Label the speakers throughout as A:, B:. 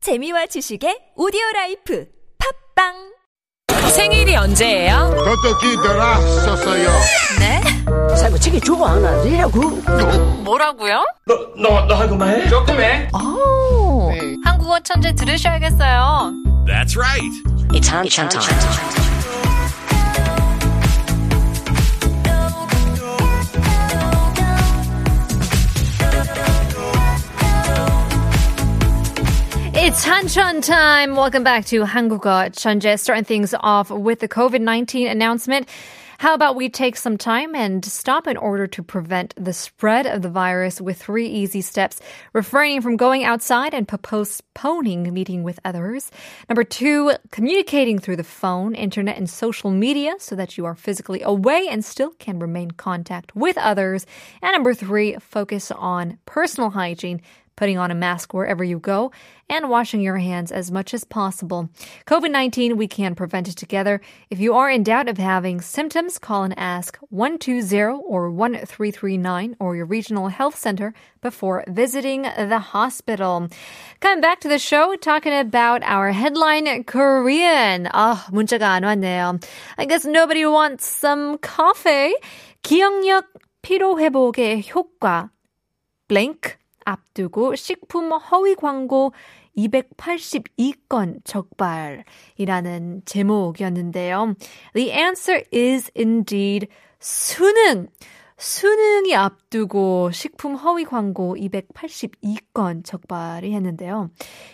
A: 재미와 지식의 오디오 라이프 팝빵!
B: 생일이 언제예요?
C: 어떻게 더라 썼어요.
B: 네?
D: 살고 치기 주고 하나 내라고
B: 뭐라고요?
E: 너, 너 한국말 해?
B: 한국어 천재 들으셔야겠어요.
F: That's right.
D: 이참 참참
G: It's Hanchan time. Welcome back to Hanguga Chanje. Starting things off with the COVID 19 announcement. How about we take some time and stop in order to prevent the spread of the virus with three easy steps refraining from going outside and postponing meeting with others. Number two, communicating through the phone, internet, and social media so that you are physically away and still can remain in contact with others. And number three, focus on personal hygiene putting on a mask wherever you go, and washing your hands as much as possible. COVID 19, we can prevent it together. If you are in doubt of having symptoms, call and ask 120 or 1339 or your regional health center before visiting the hospital. Coming back to the show, talking about our headline Korean. Ah, 문자가 안 왔네요. I guess nobody wants some coffee. 기억력 피로 회복의 효과. blank 앞두고 식품 허위 광고 282건 적발이라는 제목이었는데요. The answer is indeed 수능. 수능이 앞두고 식품 허위 광고 282건 적발이 했는데요.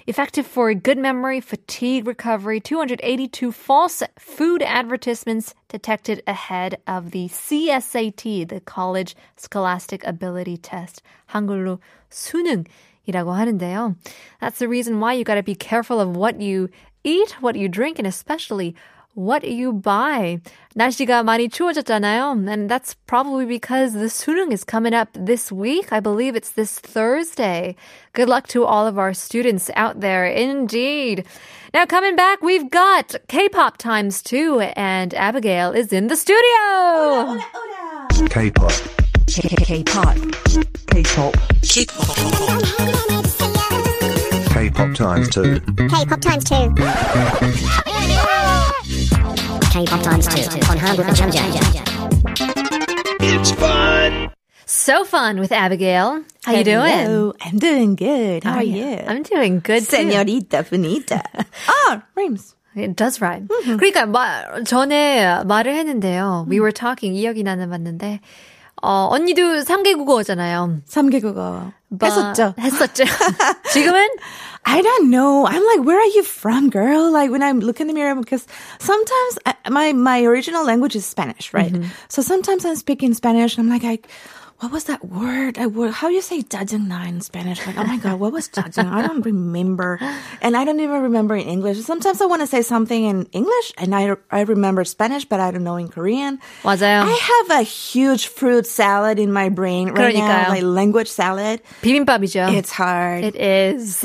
G: Effective for good memory, fatigue recovery, 282 false food advertisements detected ahead of the CSAT, the College Scholastic Ability Test. 한글로 수능. 이라고 하는데요. That's the reason why you gotta be careful of what you eat, what you drink, and especially what you buy. 날씨가 많이 추워졌잖아요. And that's probably because the 수능 is coming up this week. I believe it's this Thursday. Good luck to all of our students out there. Indeed. Now coming back, we've got K-pop times two, and Abigail is in the studio.
D: K-pop K-pop
H: K-pop times two.
I: K-pop times two.
D: K-pop times two on 한국어 천재
G: So fun with Abigail. How you doing?
J: Hello, I'm doing good. How are you?
G: I'm doing good. too.
J: Senorita Bonita. Ah, rhymes.
G: It does rhyme.
J: Mm-hmm.
G: 그러니까 마, 전에 말을 했는데요.
J: 음.
G: We were talking 이야기 나눠봤는데 어, 언니도 3개국어잖아요.
J: 3개국어. 했었죠?
G: 했었죠. 지금은
J: I don't know. I'm like, where are you from, girl? Like when I look in the mirror, because sometimes I, my my original language is Spanish, right? So sometimes I'm speaking Spanish, and I'm like, I. What was that word? I word how do you say "jajangna" in Spanish? Like, oh my god, what was "jajang"? I don't remember, and I don't even remember in English. Sometimes I want to say something in English, and I I remember Spanish, but I don't know in Korean. I
G: 맞아요.
J: have a huge fruit salad in my brain right
G: 그러니까요.
J: now, like language salad.
G: 비빔밥이죠.
J: It's Mm-hmm. hard.
G: It is.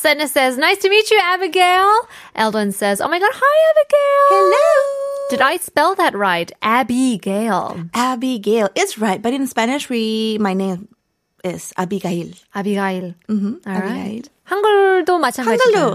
G: Sedna says, "Nice to meet you, Abigail." Eldon says, "Oh my god, hi, Abigail."
J: Hello.
G: Did I spell that right? Abigail.
J: Abigail. It's right, but in Spanish, we my name is Abigail.
G: Abigail.
J: Mm-hmm.
G: All right. 한글도 마찬가지죠.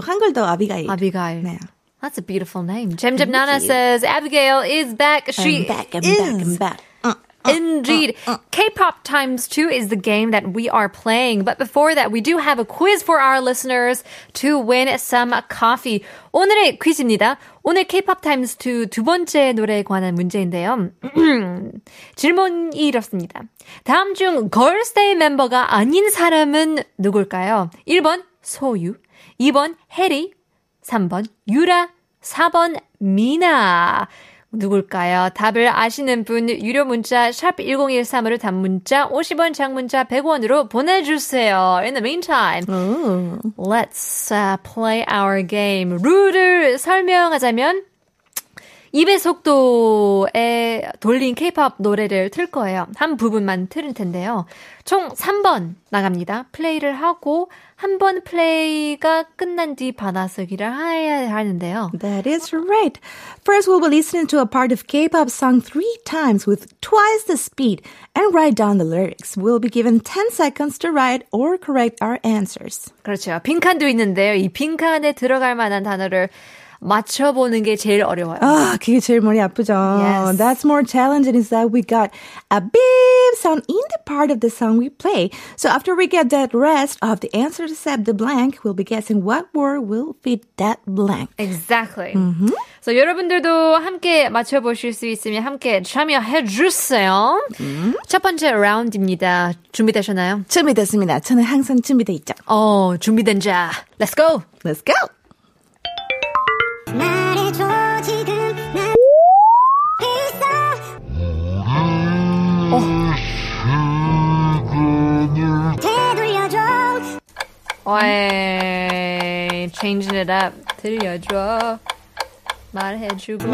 J: 한글로 한글도 Abigail.
G: Abigail.
J: 네.
G: That's a beautiful name. Jemjem Nana says Abigail is back.
J: I'm
G: She
J: back. I'm
G: is.
J: back. I'm back. Uh,
G: Indeed. K-pop times two is the game that we are playing. But before that, we do have a quiz for our listeners to win some coffee. 오늘의 퀴즈입니다. 오늘 K-pop times two 두 번째 노래에 관한 문제인데요. 질문이 이렇습니다. 다음 중 걸스데이 멤버가 아닌 사람은 누굴까요? 1번 소유, 2번 해리, 3번 유라, 4번 미나. 누굴까요? 답을 아시는 분 유료 문자 샵 1013으로 단문자 50원 장문자 100원으로 보내주세요. In the meantime, let's uh, play our game. 룰을 설명하자면 입의 속도에 돌린 K-pop 노래를 틀 거예요. 한 부분만 틀을 텐데요. 총 3번 나갑니다. 플레이를 하고 한 번 플레이가 끝난 뒤 받아쓰기를 해야 하는데요.
J: That is right. First, we'll be listening to a part of K-pop song three times with twice the speed and write down the lyrics. We'll be given 10 seconds to write or correct our answers.
G: 그렇죠. 빈칸도 있는데요. 이 빈칸에 들어갈 만한 단어를 맞춰보는 게 제일 어려워요.
J: Ah, 그게 제일 머리 아프죠.
G: Yes.
J: That's more challenging is that we got a beep sound in the part of the song we play. So after we get that rest of the answer except the blank, we'll be guessing what word will fit that blank.
G: Exactly. So 여러분들도 함께 맞춰보실 수 있으면 함께 참여해 주세요. 첫 번째 라운드입니다. 준비되셨나요?
J: 준비됐습니다. 저는 항상 준비돼 있죠.
G: 어, 준비된 자. Let's go!
J: Let's go!
G: 어. 와, changing it up. 들려줘. 말해주고.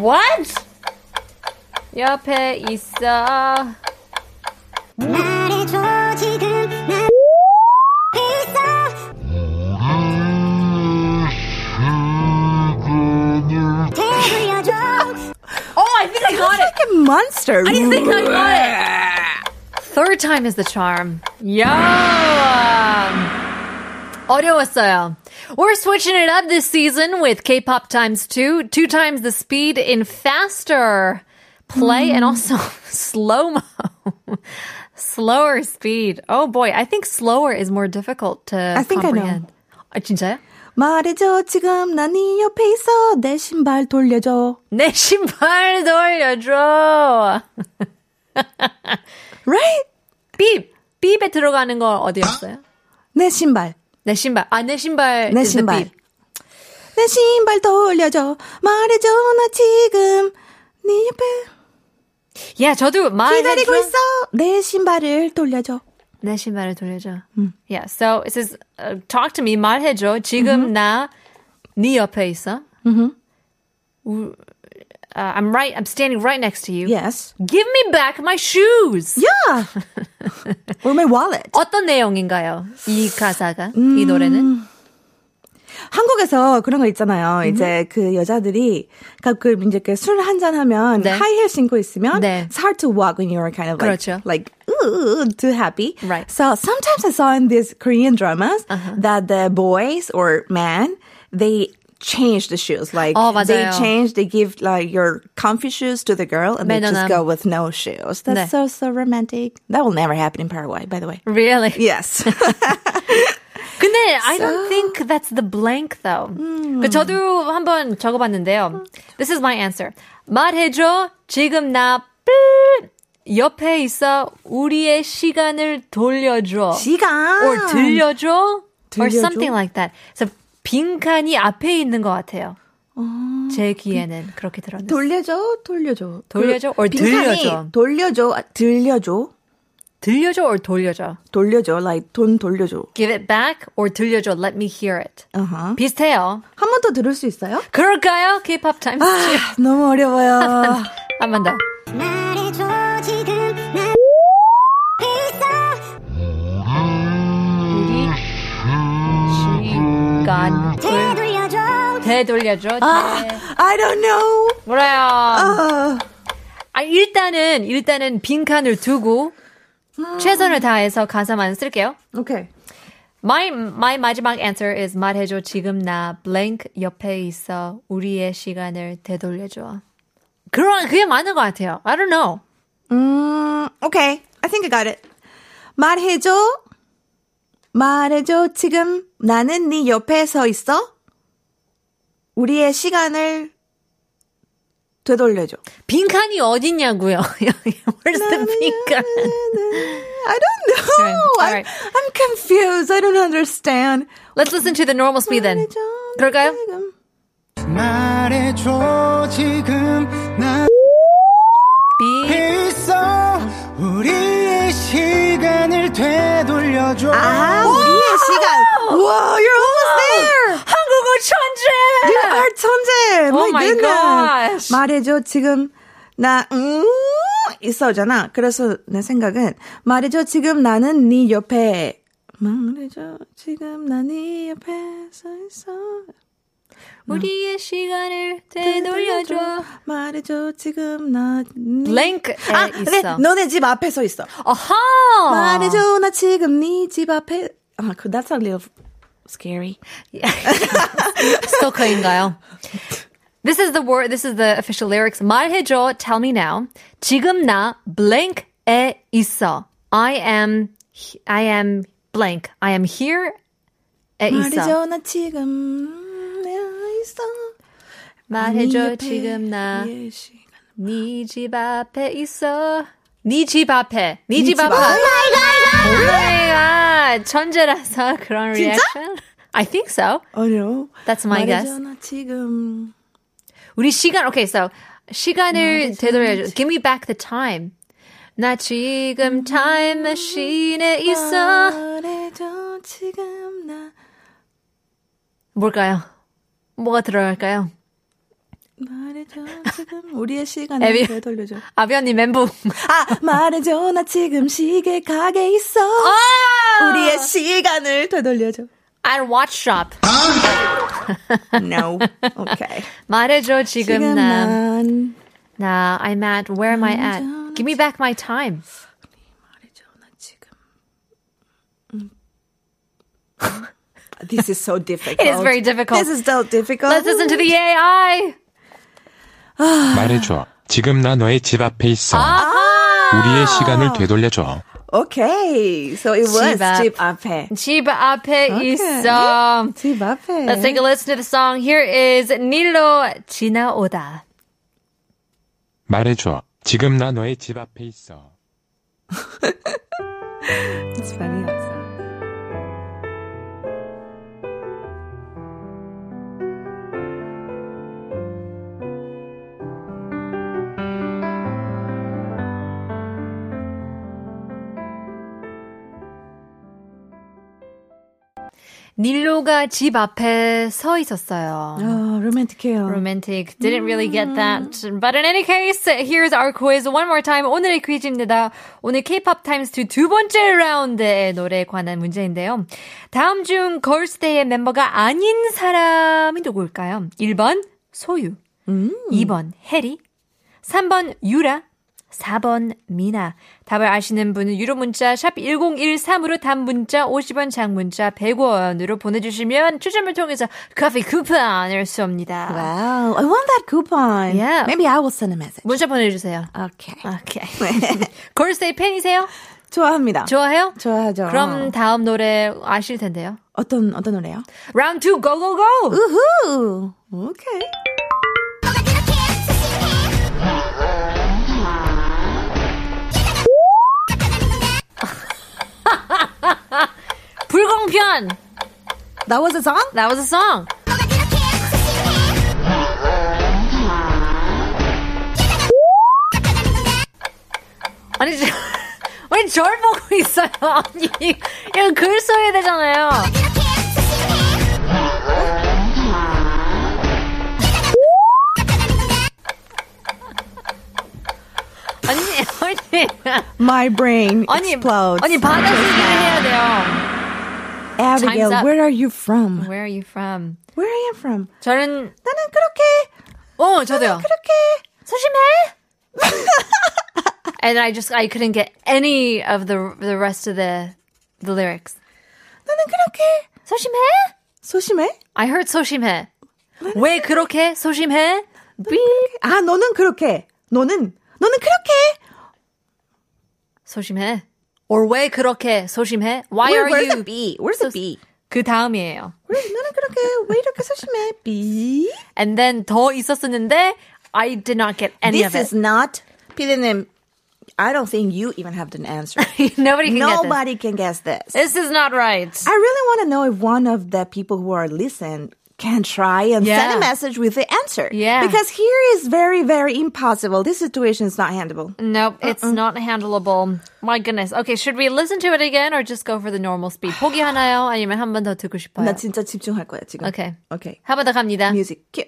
G: What? 옆에 있어.
J: Like a monster.
G: Third time is the charm. Yeah. 어려웠어요. We're switching it up this season with K-pop times two, two times the speed in faster play
J: Hmm.
G: and also slow mo, slower speed. Oh boy, I think slower is more difficult to
J: I think I know.
G: comprehend. 아, 진짜요?
J: 말해줘 지금 난 네 옆에 있어 내 신발 돌려줘
G: 내 신발 돌려줘.
J: right
G: 삐 삐에 들어가는 거 어디였어요?
J: 내 신발
G: 내 신발. 아, 내 신발.
J: 내
G: is the
J: 신발
G: 삐.
J: 내 신발 돌려줘 말해줘 나 지금 네 옆에
G: 야, 저도 말해
J: 기다리고 있어 아, 내 신발을 돌려줘
G: 내 신발을 돌려줘.
J: 음.
G: Yeah, so it says, uh, talk to me, 말해줘. 지금 나, 네 옆에 있어. 우- uh, I'm right, I'm standing right next to you.
J: yes
G: Give me back my shoes.
J: yeah or my wallet
G: 어떤 내용인가요? 이 가사가,
J: 음.
G: 이 노래는?
J: 한국에서 그런 거 있잖아요. 이제 그 여자들이 가끔 이제 그술한잔 하면
G: 네.
J: 하이힐 신고 있으면
G: 네.
J: it's hard to walk when you're kind of like
G: 그렇죠.
J: like ooh, too happy.
G: Right.
J: So
G: Uh-huh.
J: sometimes I saw in these Korean dramas that the boys or men they change the shoes like
G: 어,
J: they
G: Oh, 맞아요.
J: change they give like your comfy shoes to the girl and they
G: 매너남.
J: just go with no shoes. That's
G: 네.
J: so so romantic. That will never happen in Paraguay, by the way.
G: Really?
J: Yes.
G: 근데 I don't think that's the blank though.
J: 음.
G: 그 저도 한번 적어봤는데요. This is my answer. 말해줘 지금 나 뿔. 옆에 있어 우리의 시간을 돌려줘.
J: 시간.
G: or 들려줘, or
J: 아. 들려줘?
G: something like that. 그래서 빈칸이 앞에 있는 것 같아요. 제 귀에는 그렇게 들었는데.
J: 돌려줘, 돌려줘. 어,
G: 돌려줘 or
J: 빈칸이
G: 들려줘.
J: 돌려줘, 아, 들려줘,
G: 들려줘 or 돌려줘.
J: 돌려줘, like 돈 돌려줘.
G: Give it back or 들려줘. Let me hear it.
J: 어허. Uh-huh.
G: 비슷해요.
J: 한 번 더 들을 수 있어요?
G: 그럴까요? K-pop times. two.
J: 아, 네. 너무 어려워요.
G: 한번 더. 우리 시간을 되돌려줘. 네.
J: 아, I don't know.
G: 뭐라요?
J: 아,
G: 아, 일단은 일단은 빈칸을 두고
J: 아.
G: 최선을 다해서 가사만 쓸게요.
J: okay.
G: My my 마지막 answer is 말해줘 지금 나 blank 옆에 있어 우리의 시간을 되돌려줘. 그런 그게 맞는 것 같아요. I don't know.
J: 음, okay. I think I got it. 말해줘. 말해줘. 지금 나는 네 옆에 서 있어. 우리의 시간을 되돌려줘.
G: 빈칸이 어딨냐고요? Where's the 빈칸?
J: 네, I don't know.
G: Okay, all right.
J: I'm, I'm confused. I don't understand.
G: Let's listen to the normal speed then. 그럴까요?
C: 말해줘 지금 나
G: B
C: 있어
E: 도와줘.
J: 아, 우리의 시간. Whoa, you're almost there.
G: 한국어 천재!
J: You are 천재.
G: Oh
J: My,
G: my
J: goodness.
G: gosh.
J: 말해줘 지금 나 음, 있어잖아. 그래서 내 생각은 말해줘 지금 나는 네 옆에. 말해줘 지금 나네 옆에 서 있어.
G: 우리의 시간을
J: 네, 말해줘 지금 나.
G: 블랭크에
J: 아,
G: 있어.
J: 네, 너네 집 앞에 서 있어.
G: 아하!
J: 말해줘 나 지금 네 집 앞에. 아, 그 that's a little scary.
G: 스토커인가요? This is the word, this is the official lyrics. 말해줘, tell me now. 지금 나 blank에 있어. I am, he- I am blank. I am here에 있어.
J: 말해줘 나 지금 내 있어. 네
G: 말해줘,
J: 옆에
G: 지금
J: 네 시간.
G: 나네집 앞에 있어. 네집 앞에. 네집
J: 집
G: 앞에.
J: 앞에.
G: Oh my god. 천재라서 그런 reaction. I think so.
J: 어려워.
G: That's
J: 말해줘,
G: my guess.
J: 나 지금
G: 우리 시간 okay so 시간을 되돌려줘 give me back the time 나 지금 time machine에 있어
J: 말해줘 지금 나
G: 뭘까요 뭐가 들어갈까요
J: 말해줘 지금 우리의
G: 애비.
J: 시간을 되돌려줘.
G: 아비언니 멘붕
J: 아 말해줘 나 지금 시계 가게 있어. 우리의 시간을 되돌려줘.
G: at watch shop
J: No. Okay.
G: 말해줘 지금 나나
J: 난
G: I'm at where am I at give me back my time
J: 말해줘 나 지금. 음. This is so difficult.
G: it is very difficult
J: This is so difficult.
G: let's listen to the AI
F: 말해줘. 지금 나 너의 집 앞에 있어.
G: Ah! 아하
F: 우리의 시간을 되돌려줘.
J: Okay, so it was
G: 집 앞.
J: 집 앞에.
G: 집 앞에
J: Okay.
G: 있어
J: 집 앞에.
G: Um, Let's take a listen to the song. Here is Nilo 지나오다.
F: 말해줘. 지금 나 너의 집 앞에 있어.
J: It's funny also.
G: 닐로가 집 앞에 서 있었어요.
J: 어, 로맨틱해요.
G: Romantic. Didn't really get that. But in any case, here's our quiz one more time. 오늘의 퀴즈입니다. 오늘 K-pop Times 2 두 번째 라운드의 노래에 관한 문제인데요. 다음 중 걸스데이의 멤버가 아닌 사람이 누구일까요? 1번 소유, 2번 해리, 3번 유라, 4번 미나. 답을 아시는 분은 유료 문자 샵 1013으로 단 문자 50원 장 문자 100원으로 보내주시면 추첨을 통해서 커피 쿠폰을 쏩니다.
J: Wow, I want that coupon.
G: Yeah. uh,
J: Maybe I will send a message.
G: 문자 보내주세요. 아,
J: Okay.
G: 오케이. 걸스데이 팬이세요?
J: 좋아합니다.
G: 좋아해요?
J: 좋아하죠.
G: 그럼 다음 노래 아실 텐데요.
J: 어떤 어떤 노래요?
G: 라운드 2 고고고!
J: 우후. Okay.
G: 불공편!
J: That was a song?
G: That was a song. 아니, 저, 왜절 보고 있어요? 아니, 이거 글 써야 되잖아요. 아니, 아니,
J: My brain
G: 아니,
J: explodes.
G: 아니, 받아쓰기를 해야 돼요.
J: Abigail,
G: time's up.
J: where are you from?
G: Where are you from?
J: Where are you from?
G: 저는,
J: 나는 그렇게
G: 어, 저도요.
J: 그렇게
G: 조심해. and I just I couldn't get any of the the rest of the the lyrics.
J: 나는 그렇게
G: 조심해.
J: 소심해?
G: I heard 조심해. 왜 그렇게 조심해? 삐
J: 아, 너는 그렇게. 너는 너는 그렇게.
G: 조심해. Or 왜 그렇게 조심해? Why
J: Where-
G: are
J: where's
G: you?
J: the B? Where's the B?
G: 그 다음이에요.
J: 왜 너는 그렇게 왜 이렇게 소심해? B.
G: And then 더 있었었는데 I did not get any
J: This
G: of it.
J: is not PD님. I don't think you even have an answer.
G: Nobody can get
J: Nobody can guess this.
G: this. This is not right.
J: I really want to know if one of the people who are listening can try and send
G: Yeah.
J: a message with the answer.
G: Yeah.
J: Because here is very, very impossible. This situation is not handleable.
G: Nope,
J: Uh-uh.
G: it's not handleable. My goodness. Okay, should we listen to it again or just go for the normal speed? 포기하나요? 아니면 한 번 더 듣고 싶어요?
J: 나 진짜 집중할 거야, 지금.
G: Okay.
J: Okay.
G: 한 번 더 갑니다.
J: Music cue.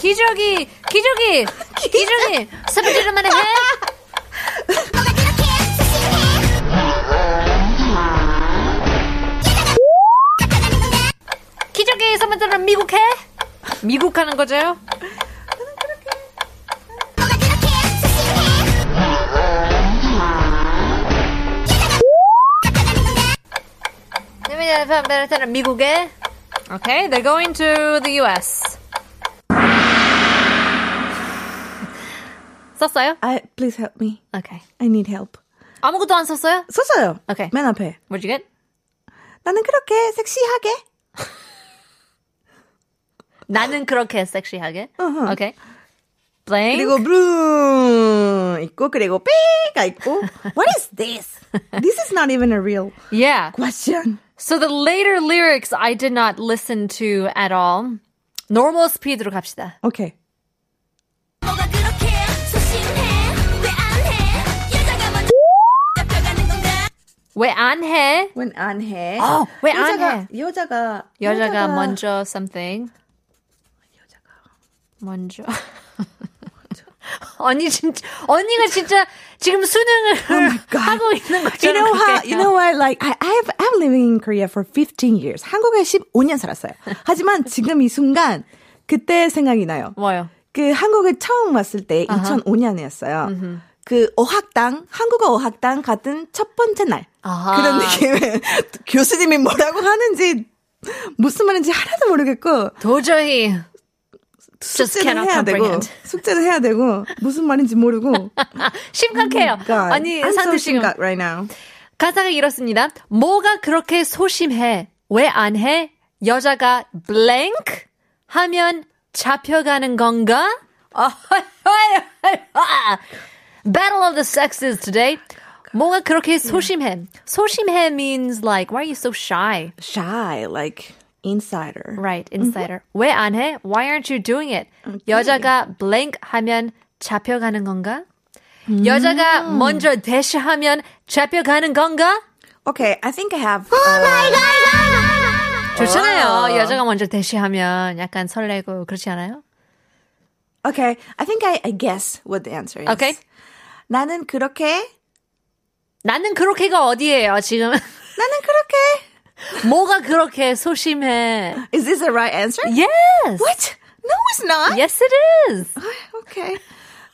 G: 기저귀, 기저귀, 기저귀. 스피드로만 해. 기저귀 스피드로 미국 해. 미국 하는 거죠? 미국에. Okay, they're going to the U.S. 썼어요?
J: I, please help me.
G: Okay.
J: I need help.
G: 아무것도 안 썼어요?
J: 썼어요.
G: Okay.
J: 맨 앞에.
G: What'd you get?
J: 나는 그렇게 섹시하게.
G: 나는 그렇게 섹시하게. Okay. Blank.
J: Uh-huh. 그리고 blue 있고 그리고 삐가 있고. What is this? This is not even a real
G: Yeah.
J: question.
G: So the later lyrics I did not listen to at all. Normal speed로 갑시다.
J: Okay.
G: 왜 안 해?
J: 왜 안 해?
G: 어, 왜안
J: 여자가,
G: 해?
J: 여자가
G: 여자가, 먼저 something. 먼저. 언니 진짜 언니가 진짜 지금 수능을 하고
J: Oh
G: 있는
J: You
G: 것처럼
J: know how
G: 그렇게
J: you know what like I I've I'm living in Korea for 15 years. 한국에 15년 살았어요. 하지만 지금 이 순간 그때 생각이 나요.
G: 뭐요?
J: 그 한국에 처음 왔을 때 2005년이었어요. 그 어학당 한국어 어학당 같은 첫 번째 날
G: 아하.
J: 그런 느낌에 교수님이 뭐라고 하는지 무슨 말인지 하나도 모르겠고 Oh
G: 도저히 Just
J: 숙제를
G: cannot
J: 해야 되고
G: comprehend.
J: 숙제를 해야 되고 무슨 말인지 모르고
G: 심각해요.
J: God,
G: 아니
J: I'm so
G: 산들 지금
J: 심각 right now.
G: 가사가 이렇습니다. 뭐가 그렇게 소심해? 왜 안 해? 여자가 blank 하면 잡혀가는 건가? Battle of the sexes today. 뭐가 그렇게 소심해? 소심해 means like why are you so shy?
J: Shy like insider.
G: Right, insider. 왜 안 해? Why aren't you doing it? 여자가 blank 하면 잡혀가는 건가? 여자가 먼저 대시하면 잡혀가는 건가?
J: Okay, I think I have. Oh my god!
G: 좋잖아요. 여자가 먼저 대시하면 약간 설레고 그렇지 않아요?
J: Okay, I think I, I guess what the answer is.
G: Okay.
J: 나는 그렇게
G: 나는 그렇게가 어디예요, 지금?
J: 나는 그렇게.
G: 뭐가 그렇게 소심해?
J: Is this the right answer?
G: Yes.
J: What? No, it's not.
G: Yes it is.
J: Okay.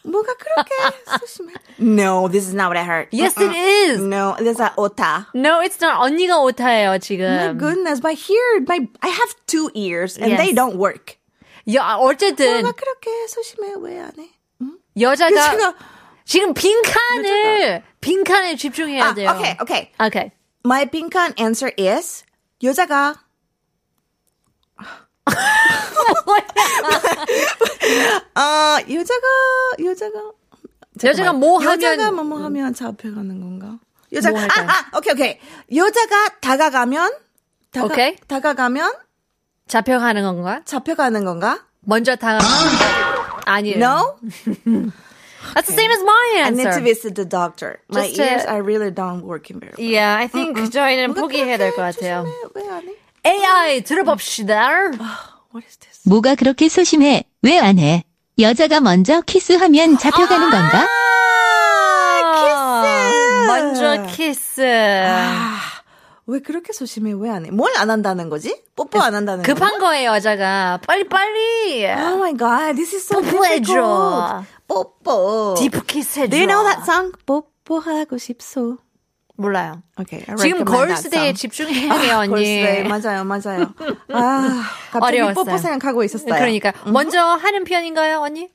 J: 뭐가 그렇게 소심해? No, this is not what I heard. Uh-uh.
G: Yes it is.
J: No, this is a ota. Um,
G: No, it's not. 언니가 오타예요,
J: Oh My
G: 지금.
J: goodness, my here, my I have two ears and they
G: Yes.
J: don't work.
G: 야, 아, 어쨌든
J: 뭐가 그렇게 소심해? 왜 안 해?
G: 여자가
J: 제가-
G: 지금 빈칸을 빈칸에 집중해야
J: 아,
G: 돼요.
J: ah, okay, okay.
G: Okay.
J: My 빈칸 answer is 여자가 아 여자가 여자가
G: 여자가 뭐 하면
J: 여자가 뭐뭐 어, 하면 잡혀가는 건가? 여자
G: 뭐 할까요?
J: 아, 아 오케이 오케이 여자가 다가가면 다가,
G: 오케이.
J: 다가가면
G: 잡혀가는 건가?
J: 잡혀가는 건가?
G: 먼저 다가 아니에요.
J: No,
G: That's the same as my
J: I need to
G: answer.
J: visit the doctor. My
G: Just, uh,
J: ears are really not working very well.
G: Yeah, I think 저희는 포기해야 될 것 같아요. AI 들어봅시다.
J: What is this?
E: 뭐가 그렇게 소심해? 왜 안 해? 여자가 먼저 키스하면 잡혀가는
J: 아,
E: 건가?
G: 키스. 먼저 키스. 아.
J: 아. 왜 그렇게 소심해? 왜 안 해? 뭘 안 한다는 거지? 뽀뽀 안 한다는 거지?
G: 급한 거예요, 여자가. 빨리 빨리.
J: Oh my god, this is so
G: 뽀뽀해줘.
J: difficult. 뽀뽀.
G: 디프 키스 해줘.
J: Do you know that song? 뽀뽀하고 싶소.
G: 몰라요.
J: Okay, I
G: 지금
J: recommend that
G: 걸스데이에
J: song.
G: 집중해야 돼요,
J: 아, 걸스데이,
G: 언니.
J: 맞아요, 맞아요. 아, 갑자기
G: 어려웠어요.
J: 뽀뽀 생각하고 있었어요. 음.
G: 그러니까 먼저 하는 편인가요, 언니?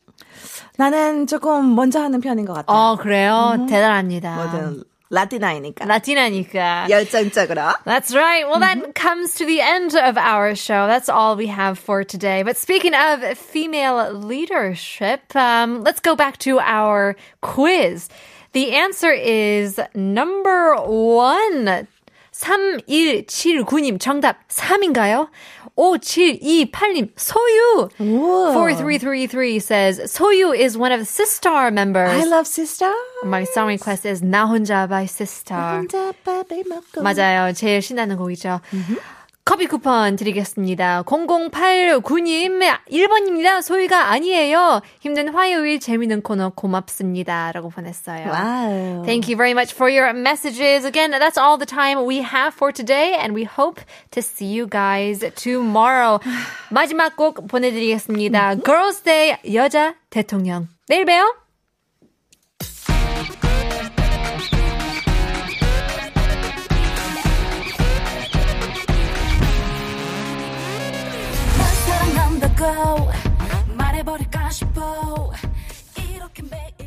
J: 나는 조금 먼저 하는 편인 것 같아요. 음.
G: 어, 그래요. 대단합니다.
J: 뭐든 라틴아이니까.
G: 라티나니까.
J: 열정적으로.
G: That's right. Well,
J: Mm-hmm.
G: that comes to the end of our show. That's all we have for today. But speaking of female leadership, um, let's go back to our quiz. The answer is number one. 3179님 정답 3인가요? 5728님 소유 4333 says 소유 is one of Sistar members.
J: I love sister.
G: My song request is 나 혼자 by Sistar.
J: 혼자 밥을 먹고.
G: 맞아요. 제일 신나는 곡이죠. 커피 쿠폰 드리겠습니다. 008군님, 1번입니다. 소희가 아니에요. 힘든 화요일 재미있는 코너 고맙습니다. 라고 보냈어요.
J: 와우.
G: Thank you very much for your messages. Again, that's all the time we have for today, and we hope to see you guys tomorrow. 마지막 곡 보내드리겠습니다. Girls' Day 여자 대통령. 내일 봬요.
I: 아, 사랑 on the go 말해버릴까 싶어 이렇게 make